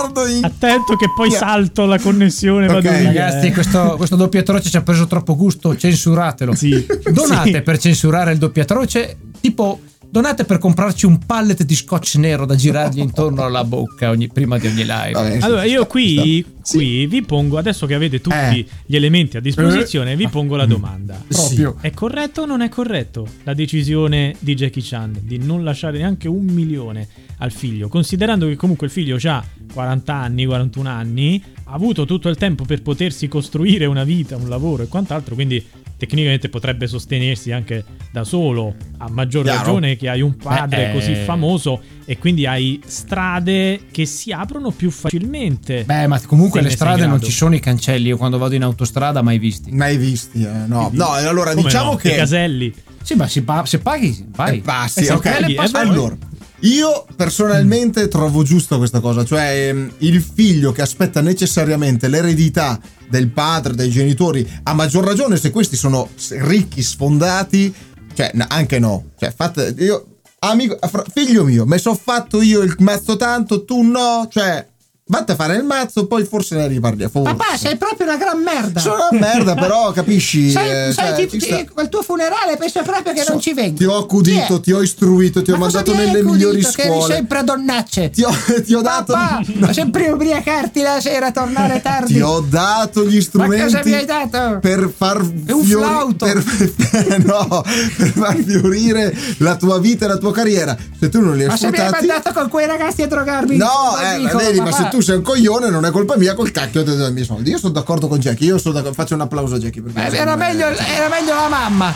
[SPEAKER 1] merdo di-
[SPEAKER 2] Attento che poi salto la connessione.
[SPEAKER 1] Ok.
[SPEAKER 2] vado via,
[SPEAKER 3] Ragazzi,
[SPEAKER 2] eh.
[SPEAKER 3] questo, questo doppio atroce ci ha preso troppo gusto, censuratelo.
[SPEAKER 2] Sì.
[SPEAKER 3] Donate
[SPEAKER 2] Sì.
[SPEAKER 3] per censurare il doppio atroce, tipo donate per comprarci un pallet di scotch nero da girargli intorno alla bocca ogni- prima di ogni live.
[SPEAKER 1] Vabbè, sì,
[SPEAKER 2] Allora,
[SPEAKER 1] ci
[SPEAKER 2] io
[SPEAKER 1] sta, ci
[SPEAKER 2] qui,
[SPEAKER 1] sta.
[SPEAKER 2] qui vi pongo, adesso che avete tutti
[SPEAKER 1] Eh.
[SPEAKER 2] gli elementi a disposizione, vi pongo la domanda.
[SPEAKER 3] Proprio.
[SPEAKER 2] È corretto o non è corretto la decisione di Jackie Chan di non lasciare neanche un milione al figlio, considerando che comunque il figlio ha 40 anni, 41 anni, ha avuto tutto il tempo per potersi costruire una vita, un lavoro e quant'altro, quindi tecnicamente potrebbe sostenersi anche da solo, a maggior
[SPEAKER 1] Chiaro.
[SPEAKER 2] ragione che hai un padre
[SPEAKER 3] Beh, eh.
[SPEAKER 2] così famoso e quindi hai strade che si aprono più facilmente.
[SPEAKER 3] Beh, ma comunque le
[SPEAKER 2] Se ne sei
[SPEAKER 3] strade
[SPEAKER 2] in
[SPEAKER 3] non
[SPEAKER 2] grado.
[SPEAKER 3] ci sono i cancelli. Io quando vado in autostrada mai visti.
[SPEAKER 1] Mai visti, eh, no.
[SPEAKER 2] Quindi-
[SPEAKER 1] No, e allora
[SPEAKER 2] Come
[SPEAKER 1] diciamo
[SPEAKER 2] no? I
[SPEAKER 1] che.
[SPEAKER 2] caselli.
[SPEAKER 3] Sì, ma si pa- se paghi, vai.
[SPEAKER 1] Eh, passi,
[SPEAKER 2] Eh,
[SPEAKER 1] ok.
[SPEAKER 2] se paghi, eh, vai.
[SPEAKER 1] allora, io personalmente trovo giusto questa cosa, cioè ehm, il figlio che aspetta necessariamente l'eredità del padre, dei genitori, a maggior ragione se questi sono s- ricchi, sfondati, cioè n- anche no, cioè fate, io, amico, fra- figlio mio, mi sono fatto io il mazzo tanto, tu no, cioè vatti a fare il mazzo, poi forse ne riparliamo.
[SPEAKER 4] Papà, sei proprio una gran merda.
[SPEAKER 1] Sono una merda però, capisci?
[SPEAKER 4] sai,
[SPEAKER 1] Eh,
[SPEAKER 4] sai,
[SPEAKER 1] cioè,
[SPEAKER 4] ti-
[SPEAKER 1] ci sta.
[SPEAKER 4] ti- al tuo funerale penso proprio che non ci venga.
[SPEAKER 1] Ti ho accudito, ti ho istruito, ti ho mandato nelle migliori
[SPEAKER 4] Che eri
[SPEAKER 1] scuole.
[SPEAKER 4] sempre a donnacce.
[SPEAKER 1] Ti ho, <laughs> ti ho dato.
[SPEAKER 4] Papà, sempre ubriacarti la sera, tornare tardi.
[SPEAKER 1] Ti ho dato gli
[SPEAKER 4] Ma cosa mi
[SPEAKER 1] strumenti
[SPEAKER 4] hai dato?
[SPEAKER 1] per far
[SPEAKER 4] un
[SPEAKER 1] fiori-
[SPEAKER 4] flauto.
[SPEAKER 1] per, <laughs> no, per far fiorire la tua vita e la tua carriera. Se tu non li hai
[SPEAKER 4] Ma se mi hai
[SPEAKER 1] sfruttati,
[SPEAKER 4] mandato con quei ragazzi a drogarmi?
[SPEAKER 1] no,
[SPEAKER 4] Lo
[SPEAKER 1] eh,
[SPEAKER 4] dico,
[SPEAKER 1] vedi, ma
[SPEAKER 4] papà.
[SPEAKER 1] se tu sei un coglione, non è colpa mia, col cacchio ti do i miei soldi. Io sono d'accordo con Jackie. Io sono d'accordo- faccio un applauso a Jackie. Perché
[SPEAKER 4] Eh, Era meglio, era meglio la mamma.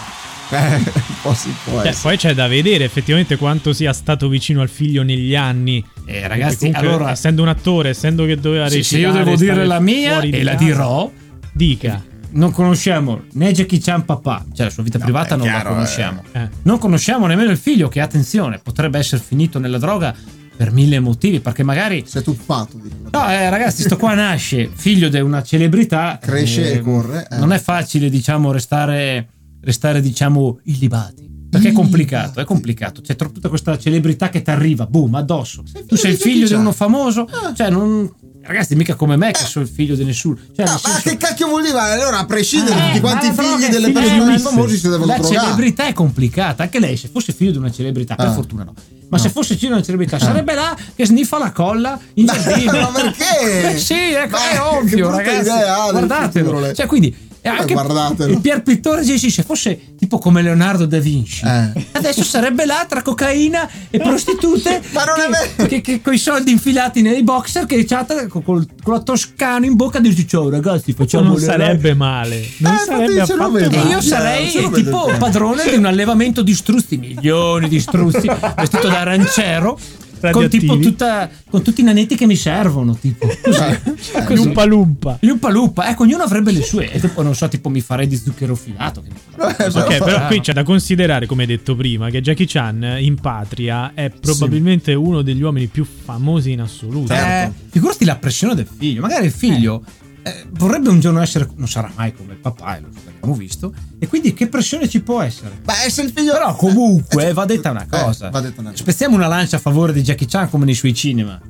[SPEAKER 1] Eh, <laughs> un po' si può
[SPEAKER 2] Cioè,
[SPEAKER 1] essere.
[SPEAKER 2] poi c'è da vedere effettivamente quanto sia stato vicino al figlio negli anni.
[SPEAKER 3] Eh, ragazzi,
[SPEAKER 2] Perché comunque,
[SPEAKER 3] allora-
[SPEAKER 2] essendo un attore, essendo che doveva
[SPEAKER 3] Sì, se io
[SPEAKER 2] recitare,
[SPEAKER 3] devo dire
[SPEAKER 2] stare
[SPEAKER 3] la mia
[SPEAKER 2] fuori di
[SPEAKER 3] e la
[SPEAKER 2] casa,
[SPEAKER 3] dirò,
[SPEAKER 2] dica.
[SPEAKER 3] non conosciamo né Jackie Chan papà, cioè la sua vita privata
[SPEAKER 1] è
[SPEAKER 3] non
[SPEAKER 1] chiaro,
[SPEAKER 3] la conosciamo.
[SPEAKER 2] eh. Eh.
[SPEAKER 3] Non conosciamo nemmeno il figlio che, attenzione, potrebbe essere finito nella droga per mille motivi, perché magari...
[SPEAKER 1] Sei tuffato. dico.
[SPEAKER 3] No, eh, ragazzi, sto qua nasce figlio di una celebrità. ehm,
[SPEAKER 1] Cresce e corre, eh.
[SPEAKER 3] Non è facile, diciamo, restare, restare diciamo, illibati. Perché è complicato, è complicato. C'è tro- tutta questa celebrità che ti arriva, boom, addosso. Tu sei
[SPEAKER 1] figlio di Ah.
[SPEAKER 3] il figlio di
[SPEAKER 1] Jackie
[SPEAKER 3] uno
[SPEAKER 1] Chan.
[SPEAKER 3] famoso, cioè non... ragazzi, mica come me che sono il figlio di nessuno.
[SPEAKER 1] Eh.
[SPEAKER 3] Cioè,
[SPEAKER 1] No,
[SPEAKER 3] nel
[SPEAKER 1] ma
[SPEAKER 3] senso-
[SPEAKER 1] che cacchio vuol dire? Allora, a prescindere
[SPEAKER 3] Eh,
[SPEAKER 1] tutti quanti i
[SPEAKER 3] ma la droga
[SPEAKER 1] figli
[SPEAKER 3] è
[SPEAKER 1] delle
[SPEAKER 3] figlia
[SPEAKER 1] persone
[SPEAKER 3] di-
[SPEAKER 1] famosi si devono
[SPEAKER 3] Eh, La
[SPEAKER 1] drogare.
[SPEAKER 3] celebrità è complicata, anche lei se fosse figlio di una celebrità, per
[SPEAKER 1] Ah.
[SPEAKER 3] fortuna no. Ma se fosse figlio di una celebrità sarebbe là che sniffa la colla
[SPEAKER 1] <laughs>
[SPEAKER 3] in
[SPEAKER 1] Ma-
[SPEAKER 3] giardino.
[SPEAKER 1] ma perché?
[SPEAKER 3] Eh sì, ecco,
[SPEAKER 1] Ma
[SPEAKER 3] è
[SPEAKER 1] che
[SPEAKER 3] ovvio,
[SPEAKER 1] brutta
[SPEAKER 3] ragazzi.
[SPEAKER 1] idea ha del
[SPEAKER 3] Guardatelo.
[SPEAKER 1] futuro, lei.
[SPEAKER 3] Cioè, quindi eh, anche
[SPEAKER 1] guardatelo.
[SPEAKER 3] il Pier Pittore dice se fosse tipo come Leonardo da Vinci,
[SPEAKER 1] Eh.
[SPEAKER 3] adesso sarebbe là tra cocaina e prostitute
[SPEAKER 1] <laughs> Ma non è
[SPEAKER 3] che,
[SPEAKER 1] vero.
[SPEAKER 3] che, che coi soldi infilati nei boxer che chatta col, col, con la toscana in bocca dice ciao ragazzi facciamo
[SPEAKER 2] non
[SPEAKER 3] le-
[SPEAKER 2] sarebbe male. Non
[SPEAKER 1] Eh,
[SPEAKER 2] sarebbe
[SPEAKER 1] infatti, ce lo
[SPEAKER 2] affatto
[SPEAKER 1] vedo.
[SPEAKER 2] male.
[SPEAKER 3] e io
[SPEAKER 1] Cioè,
[SPEAKER 3] sarei
[SPEAKER 1] se lo vedo
[SPEAKER 3] tipo
[SPEAKER 1] il-
[SPEAKER 3] padrone di un allevamento di struzzi, milioni di struzzi, vestito da aranciero, con,
[SPEAKER 2] Radioattivi.
[SPEAKER 3] tipo tutta, con tutti i nanetti che mi servono, tipo. Così.
[SPEAKER 1] Eh,
[SPEAKER 3] <laughs> Così.
[SPEAKER 2] Lumpa lumpa.
[SPEAKER 3] Lupa lupa, ecco, ognuno avrebbe le sue. E tipo, non so, tipo mi farei di zucchero filato. Che mi fa-
[SPEAKER 1] eh, però-
[SPEAKER 2] Ok, però qui c'è da considerare, come detto prima, che Jackie Chan in patria è probabilmente uno degli uomini più famosi in assoluto.
[SPEAKER 3] Eh, figurati la pressione del figlio. Magari il figlio eh, vorrebbe un giorno essere. Non sarà mai come il papà, e lo abbiamo visto. E quindi che pressione ci può essere?
[SPEAKER 1] Ma se il figlio.
[SPEAKER 3] Però comunque va detta una
[SPEAKER 1] Eh,
[SPEAKER 3] cosa.
[SPEAKER 1] va detta una cosa.
[SPEAKER 3] Spezziamo una lancia a favore di Jackie Chan come nei
[SPEAKER 1] <laughs>
[SPEAKER 3] suoi cinema.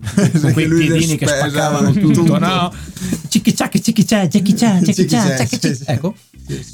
[SPEAKER 3] con quei
[SPEAKER 1] lui le
[SPEAKER 3] piedini che
[SPEAKER 1] spesa, <laughs>
[SPEAKER 3] spaccavano
[SPEAKER 1] tutto.
[SPEAKER 3] tutto, no? Cicchi ciacchi, cicchi ciacchi, Jackie Chan, Jackie Chan,
[SPEAKER 1] Cicchi
[SPEAKER 3] Jackie Chan.
[SPEAKER 1] ciacchi, sì, sì.
[SPEAKER 3] Ecco.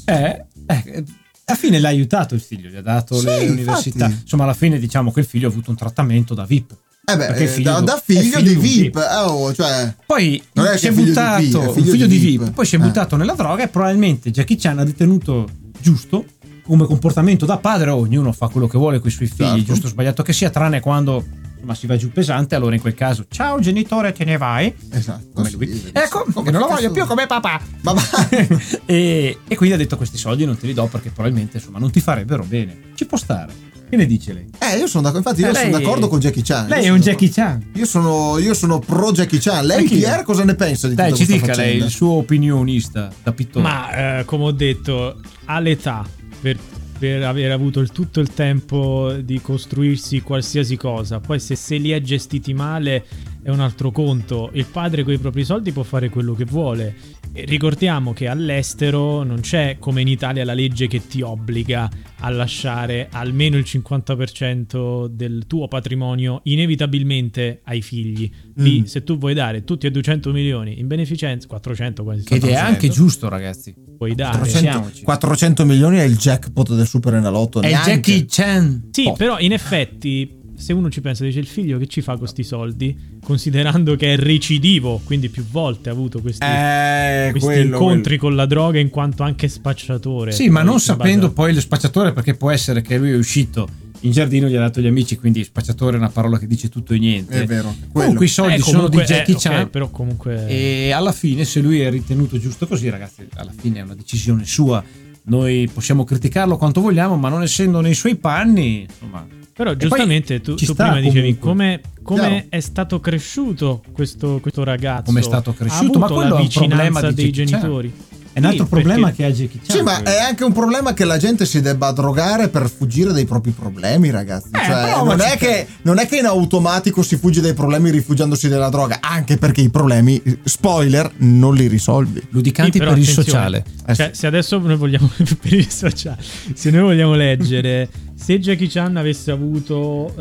[SPEAKER 3] Eh, eh, alla fine l'ha aiutato il figlio, gli ha dato
[SPEAKER 1] Sì,
[SPEAKER 3] le università.
[SPEAKER 1] infatti.
[SPEAKER 3] Insomma, alla fine diciamo che il figlio ha avuto un trattamento da VIP.
[SPEAKER 1] Eh beh,
[SPEAKER 3] Perché il
[SPEAKER 1] eh, da, da
[SPEAKER 3] è
[SPEAKER 1] figlio
[SPEAKER 3] un
[SPEAKER 1] di VIP, eh, oh, cioè.
[SPEAKER 3] poi
[SPEAKER 1] Non è che
[SPEAKER 3] si è
[SPEAKER 1] è figlio di
[SPEAKER 3] buttato
[SPEAKER 1] Pi, è
[SPEAKER 3] un figlio di VIP, poi si è
[SPEAKER 1] Eh.
[SPEAKER 3] buttato nella droga e probabilmente Jackie Chan ha ritenuto giusto come comportamento da padre ognuno fa quello che vuole con i suoi figli
[SPEAKER 1] Certo.
[SPEAKER 3] giusto o sbagliato che sia tranne quando insomma, si va giù pesante allora in quel caso ciao genitore te ne vai
[SPEAKER 1] Esatto.
[SPEAKER 3] come
[SPEAKER 1] sì,
[SPEAKER 3] lui.
[SPEAKER 1] sì, sì.
[SPEAKER 3] ecco che non lo voglio più come papà <laughs>
[SPEAKER 1] Ma va.
[SPEAKER 3] e, e quindi ha detto questi soldi non te li do perché probabilmente insomma non ti farebbero bene ci può stare che ne dice lei
[SPEAKER 1] Eh, io sono d'accordo. Infatti, io
[SPEAKER 3] Eh,
[SPEAKER 1] sono
[SPEAKER 3] lei-
[SPEAKER 1] d'accordo con Jackie Chan.
[SPEAKER 3] lei
[SPEAKER 1] Ah, Io
[SPEAKER 3] è un
[SPEAKER 1] sono
[SPEAKER 3] Jackie
[SPEAKER 1] d'accordo.
[SPEAKER 3] Chan
[SPEAKER 1] Io sono, io sono pro Jackie Chan. Lei,
[SPEAKER 3] Anch'io.
[SPEAKER 1] Pierre, cosa ne pensa di
[SPEAKER 3] dai
[SPEAKER 1] tutta
[SPEAKER 3] ci
[SPEAKER 1] questa
[SPEAKER 3] dica lei
[SPEAKER 1] faccenda?
[SPEAKER 3] il suo opinionista da pittore
[SPEAKER 2] Ma eh, come ho detto, all'età per, per aver avuto il- tutto il tempo di costruirsi qualsiasi cosa, poi se se li è gestiti male è un altro conto. Il padre con i propri soldi può fare quello che vuole. E ricordiamo che all'estero non c'è come in Italia la legge che ti obbliga a lasciare almeno il 50% del tuo patrimonio inevitabilmente ai figli. Lì,
[SPEAKER 1] Mm.
[SPEAKER 2] se tu vuoi dare tutti e 200 milioni in beneficenza, 400 quasi.
[SPEAKER 3] Ed è
[SPEAKER 2] 400,
[SPEAKER 3] anche giusto, ragazzi.
[SPEAKER 2] puoi dare.
[SPEAKER 1] 400,
[SPEAKER 3] Pensiamoci.
[SPEAKER 1] 400 milioni è il jackpot del Super Enalotto.
[SPEAKER 3] È
[SPEAKER 1] neanche.
[SPEAKER 3] Jackie Chan.
[SPEAKER 2] Sì,
[SPEAKER 3] Pot.
[SPEAKER 2] però in effetti, se uno ci pensa, dice il figlio che ci fa con questi soldi, considerando che è recidivo, quindi più volte ha avuto questi,
[SPEAKER 1] Eh,
[SPEAKER 2] questi
[SPEAKER 1] quello,
[SPEAKER 2] incontri con la droga in quanto anche spacciatore.
[SPEAKER 3] Sì, ma
[SPEAKER 2] Quindi
[SPEAKER 3] non
[SPEAKER 2] si basa-
[SPEAKER 3] sapendo poi lo spacciatore, perché può essere che lui è uscito in giardino, gli ha dato gli amici, quindi spacciatore è una parola che dice tutto e niente.
[SPEAKER 1] È vero, quello.
[SPEAKER 3] Comunque i soldi
[SPEAKER 2] Eh,
[SPEAKER 3] sono di
[SPEAKER 2] comunque-
[SPEAKER 3] Jackie
[SPEAKER 2] eh, ok,
[SPEAKER 3] Chan.
[SPEAKER 2] però eh. comunque...
[SPEAKER 3] E alla fine, se lui è ritenuto giusto così, ragazzi, alla fine è una decisione sua. Noi possiamo criticarlo quanto vogliamo, ma non essendo nei suoi panni, insomma.
[SPEAKER 2] Però
[SPEAKER 3] E
[SPEAKER 2] giustamente
[SPEAKER 3] poi
[SPEAKER 2] tu,
[SPEAKER 3] ci
[SPEAKER 2] tu
[SPEAKER 3] sta
[SPEAKER 2] prima dicevi
[SPEAKER 3] comunque.
[SPEAKER 2] come, come
[SPEAKER 1] Chiaro.
[SPEAKER 2] è stato cresciuto questo, questo ragazzo.
[SPEAKER 3] Come è stato
[SPEAKER 2] Ha
[SPEAKER 3] cresciuto,
[SPEAKER 2] avuto
[SPEAKER 3] ma quello
[SPEAKER 2] la
[SPEAKER 3] è un problema
[SPEAKER 2] vicinanza
[SPEAKER 3] di
[SPEAKER 2] dei
[SPEAKER 3] Jackie Chan.
[SPEAKER 2] genitori.
[SPEAKER 3] È un altro
[SPEAKER 2] Sì,
[SPEAKER 3] problema
[SPEAKER 2] perché-
[SPEAKER 3] che ha Jackie Chan.
[SPEAKER 1] Sì, ma è anche un problema che la gente si debba drogare per fuggire dai propri problemi, ragazzi. cioè,
[SPEAKER 3] Eh, però, ma
[SPEAKER 1] non,
[SPEAKER 3] ci
[SPEAKER 1] è che, non è che in automatico si fugge dai problemi rifugiandosi dalla droga, anche perché i problemi, spoiler, non li risolvi.
[SPEAKER 3] Ludicanti
[SPEAKER 2] Sì, però
[SPEAKER 3] per il
[SPEAKER 2] attenzione.
[SPEAKER 3] sociale.
[SPEAKER 1] Eh
[SPEAKER 2] Cioè,
[SPEAKER 1] sì.
[SPEAKER 2] se adesso noi vogliamo <laughs> per il sociale, se noi vogliamo leggere se Jackie Chan avesse avuto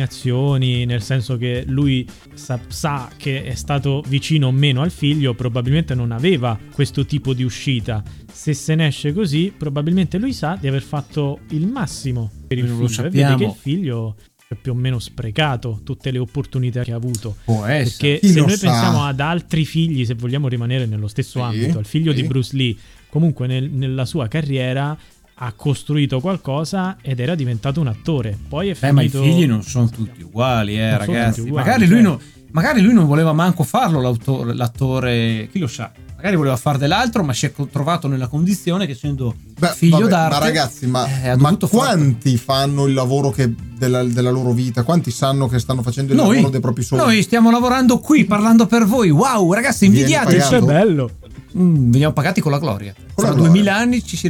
[SPEAKER 2] recriminazioni, nel senso che lui sa, sa che è stato vicino o meno al figlio, probabilmente non aveva questo tipo di uscita. Se se ne esce così, probabilmente lui sa di aver fatto il massimo per il
[SPEAKER 3] Non
[SPEAKER 2] figlio
[SPEAKER 3] lo
[SPEAKER 2] e vede che
[SPEAKER 3] sappiamo.
[SPEAKER 2] il figlio è più o meno sprecato tutte le opportunità che ha avuto.
[SPEAKER 3] Può essere.
[SPEAKER 2] Perché
[SPEAKER 1] Chi
[SPEAKER 2] se
[SPEAKER 1] lo
[SPEAKER 2] noi
[SPEAKER 1] sa?
[SPEAKER 2] pensiamo ad altri figli, se vogliamo rimanere nello stesso
[SPEAKER 1] Sì,
[SPEAKER 2] ambito, al figlio
[SPEAKER 1] sì.
[SPEAKER 2] di Bruce Lee, comunque nel- nella sua carriera ha costruito qualcosa ed era diventato un attore. Poi è finito.
[SPEAKER 3] Eh, ma i figli non sono tutti uguali, eh,
[SPEAKER 2] Non sono
[SPEAKER 3] ragazzi.
[SPEAKER 2] tutti uguali,
[SPEAKER 3] magari, lui
[SPEAKER 2] cioè.
[SPEAKER 3] non, magari lui non voleva manco farlo, l'autore- l'attore, chi lo sa. Magari voleva far dell'altro, ma si è co- trovato nella condizione che essendo
[SPEAKER 1] Beh,
[SPEAKER 3] figlio
[SPEAKER 1] vabbè,
[SPEAKER 3] d'arte...
[SPEAKER 1] Ma ragazzi, ma,
[SPEAKER 3] eh, ha
[SPEAKER 1] ma
[SPEAKER 3] dovuto farlo.
[SPEAKER 1] quanti fanno il lavoro che- della, della loro vita? Quanti sanno che stanno facendo il lavoro dei propri sogni?
[SPEAKER 3] noi stiamo lavorando qui, parlando per voi. Wow, ragazzi,
[SPEAKER 1] Vieni
[SPEAKER 3] invidiate.
[SPEAKER 1] pagato.
[SPEAKER 2] Questo è bello.
[SPEAKER 3] Mm, veniamo pagati con la gloria.
[SPEAKER 1] Con la
[SPEAKER 3] Tra
[SPEAKER 1] gloria.
[SPEAKER 3] 2000 anni ci si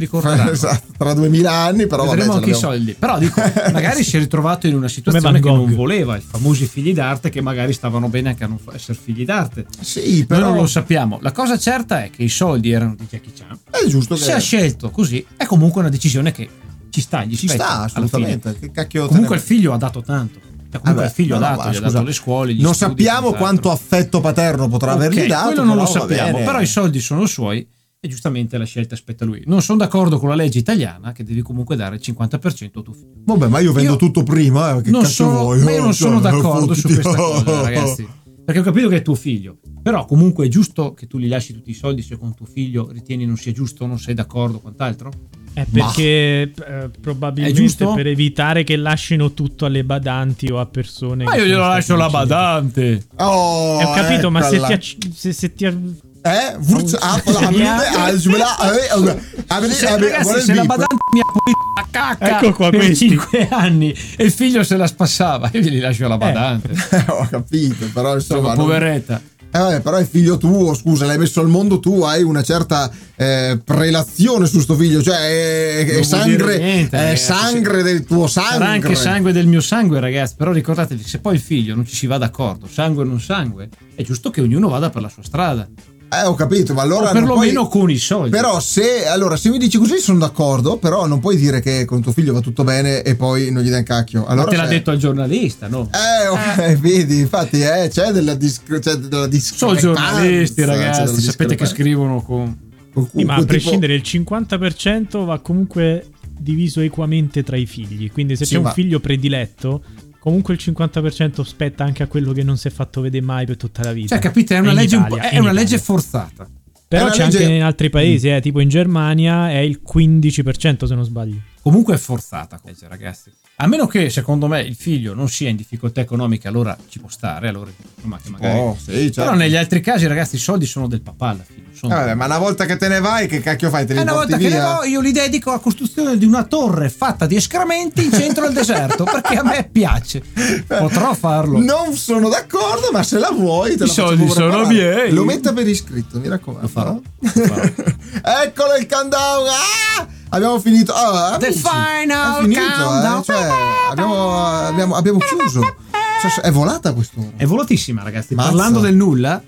[SPEAKER 1] <laughs>
[SPEAKER 3] ricorderà.
[SPEAKER 1] Esatto, tra 2000 anni, però vabbè,
[SPEAKER 3] vedremo
[SPEAKER 1] ce
[SPEAKER 3] anche i
[SPEAKER 1] l'abbiamo.
[SPEAKER 3] soldi. Però dico, magari si è ritrovato in una
[SPEAKER 2] Van
[SPEAKER 3] situazione che
[SPEAKER 2] Gogh.
[SPEAKER 3] non voleva. I famosi figli d'arte che magari stavano bene anche a non fa- essere figli d'arte.
[SPEAKER 1] <laughs> Sì,
[SPEAKER 3] Noi
[SPEAKER 1] però
[SPEAKER 3] non lo sappiamo. La cosa certa è che i soldi erano di Jackie Chan.
[SPEAKER 1] è giusto che
[SPEAKER 3] Se ha scelto così, è comunque una decisione che ci sta. Gli
[SPEAKER 1] ci
[SPEAKER 3] spetta,
[SPEAKER 1] sta
[SPEAKER 3] alla
[SPEAKER 1] assolutamente.
[SPEAKER 3] fine.
[SPEAKER 1] Che cacchio te
[SPEAKER 3] Comunque
[SPEAKER 1] ne-
[SPEAKER 3] il figlio ha dato tanto. Cioè, comunque
[SPEAKER 1] Vabbè,
[SPEAKER 3] il figlio ha
[SPEAKER 1] no, no,
[SPEAKER 3] dato,
[SPEAKER 1] ma
[SPEAKER 3] gli ha
[SPEAKER 1] scusa,
[SPEAKER 3] dato le scuole. Gli
[SPEAKER 1] non
[SPEAKER 3] studi,
[SPEAKER 1] sappiamo
[SPEAKER 3] quant'altro.
[SPEAKER 1] quanto affetto paterno potrà
[SPEAKER 3] Ok,
[SPEAKER 1] avergli dato.
[SPEAKER 3] Quello non lo
[SPEAKER 1] però va
[SPEAKER 3] sappiamo,
[SPEAKER 1] bene.
[SPEAKER 3] però i soldi sono suoi e giustamente la scelta spetta a lui. Non sono d'accordo con la legge italiana che devi comunque dare il 50% a tuo figlio.
[SPEAKER 1] Vabbè, ma io vendo
[SPEAKER 3] Io-
[SPEAKER 1] tutto prima. eh, Che
[SPEAKER 3] non
[SPEAKER 1] cazzo
[SPEAKER 3] sono,
[SPEAKER 1] vuoi?
[SPEAKER 3] ma io non sono
[SPEAKER 1] Cioè, Oh.
[SPEAKER 3] d'accordo su
[SPEAKER 1] fottiti.
[SPEAKER 3] questa cosa, ragazzi. Perché ho capito che è tuo figlio, però comunque è giusto che tu gli lasci tutti i soldi se con tuo figlio ritieni non sia giusto, non sei d'accordo, quant'altro?
[SPEAKER 2] È perché eh,
[SPEAKER 3] È
[SPEAKER 2] probabilmente
[SPEAKER 3] giusto?
[SPEAKER 2] per evitare che lasciano tutto alle badanti o a persone.
[SPEAKER 3] Ma
[SPEAKER 2] che
[SPEAKER 3] io
[SPEAKER 2] sono
[SPEAKER 3] glielo
[SPEAKER 2] state
[SPEAKER 3] lascio la
[SPEAKER 2] uccise.
[SPEAKER 3] badante.
[SPEAKER 1] Oh,
[SPEAKER 2] Eh, ho capito, ma se
[SPEAKER 1] eccola.
[SPEAKER 2] ti, acc- se, se ti
[SPEAKER 1] Eh, vurz- ah, la- la-
[SPEAKER 3] <laughs>
[SPEAKER 1] la- eh, sbla- eh, eh, abri-
[SPEAKER 3] Se,
[SPEAKER 1] abri-
[SPEAKER 3] Cioè, ragazzi,
[SPEAKER 1] vuole il
[SPEAKER 3] se la
[SPEAKER 1] beep?
[SPEAKER 3] badante mi ha pulito la cacca
[SPEAKER 2] Ecco qua,
[SPEAKER 3] per
[SPEAKER 2] questi.
[SPEAKER 3] 5 anni e il figlio se la spassava, io glieli lascio la badante.
[SPEAKER 1] Eh, <laughs> Ho capito, però insomma.
[SPEAKER 3] Insomma,
[SPEAKER 1] non-
[SPEAKER 3] poveretta.
[SPEAKER 1] Eh, vabbè, però è figlio tuo, scusa, l'hai messo al mondo tu, hai una certa eh, prelazione su sto figlio, cioè è, è
[SPEAKER 3] Non vuol
[SPEAKER 1] sangre,
[SPEAKER 3] dire niente,
[SPEAKER 1] è
[SPEAKER 3] ragazzi,
[SPEAKER 1] sangre
[SPEAKER 3] sì.
[SPEAKER 1] del tuo
[SPEAKER 3] Sarà
[SPEAKER 1] sangue.
[SPEAKER 3] anche sangue del mio sangue, ragazzi. Però ricordatevi, se poi il figlio non ci si va d'accordo, sangue o non sangue, è giusto che ognuno vada per la sua strada.
[SPEAKER 1] Eh, ho capito, ma allora
[SPEAKER 3] o
[SPEAKER 1] non puoi-
[SPEAKER 3] perlomeno con i soldi.
[SPEAKER 1] Però se, allora, se mi dici così sono d'accordo, però non puoi dire che con tuo figlio va tutto bene e poi non gli dai un cacchio. Allora,
[SPEAKER 3] te l'ha
[SPEAKER 1] cioè-
[SPEAKER 3] detto al giornalista, no?
[SPEAKER 1] Eh, ok, <laughs> vedi, infatti eh, c'è della, dis- c'è della
[SPEAKER 3] Sono
[SPEAKER 1] discrepanza.
[SPEAKER 3] giornalisti,
[SPEAKER 1] cioè, c'è della
[SPEAKER 3] ragazzi. Sapete che
[SPEAKER 1] discrepanza.
[SPEAKER 3] scrivono con.
[SPEAKER 1] Con cui-
[SPEAKER 2] Sì, ma a
[SPEAKER 1] tipo-
[SPEAKER 2] prescindere il 50% va comunque diviso equamente tra i figli. Quindi se
[SPEAKER 1] Sì,
[SPEAKER 2] c'è
[SPEAKER 1] ma-
[SPEAKER 2] un figlio prediletto, comunque il 50% spetta anche a quello che non si è fatto vedere mai per tutta la vita.
[SPEAKER 3] Cioè, capite? È una
[SPEAKER 2] In
[SPEAKER 3] legge, un po'-
[SPEAKER 2] Italia,
[SPEAKER 3] è
[SPEAKER 2] in
[SPEAKER 3] una
[SPEAKER 2] Italia.
[SPEAKER 3] legge forzata.
[SPEAKER 1] è
[SPEAKER 2] Però
[SPEAKER 1] una
[SPEAKER 2] c'è
[SPEAKER 1] legge-
[SPEAKER 2] anche in altri paesi, eh, tipo in Germania è il 15% se non sbaglio.
[SPEAKER 3] Comunque è forzata questa legge, ragazzi. A meno che, secondo me, il figlio non sia in difficoltà economica, allora ci può stare. Allora, ma che magari.
[SPEAKER 1] Oh, sì, certo.
[SPEAKER 3] Però negli altri casi, ragazzi, i soldi sono del papà alla fine. non sono
[SPEAKER 1] Eh, vabbè, ma una volta che te ne vai, che cacchio fai? Te li
[SPEAKER 3] E Eh, una
[SPEAKER 1] porti
[SPEAKER 3] volta che ne
[SPEAKER 1] Eh, via?
[SPEAKER 3] ho, io li dedico alla costruzione di una torre fatta di escrementi in centro al deserto perché a me piace. Potrò farlo.
[SPEAKER 1] Non sono d'accordo, ma se la vuoi, te la
[SPEAKER 3] I
[SPEAKER 1] faccio
[SPEAKER 3] soldi sono
[SPEAKER 1] preparare.
[SPEAKER 3] miei.
[SPEAKER 1] Lo metta per iscritto, mi raccomando.
[SPEAKER 3] Lo farò.
[SPEAKER 1] no?
[SPEAKER 3] Lo farò.
[SPEAKER 1] <laughs> Eccolo il countdown. Ah! Abbiamo finito. Ah,
[SPEAKER 3] The
[SPEAKER 1] amici,
[SPEAKER 3] final
[SPEAKER 1] è finito, eh,
[SPEAKER 3] countdown.
[SPEAKER 1] cioè, abbiamo, abbiamo- abbiamo chiuso. Cioè, è volata quest'ora.
[SPEAKER 3] È volatissima, ragazzi.
[SPEAKER 1] Mazza.
[SPEAKER 3] Parlando del nulla,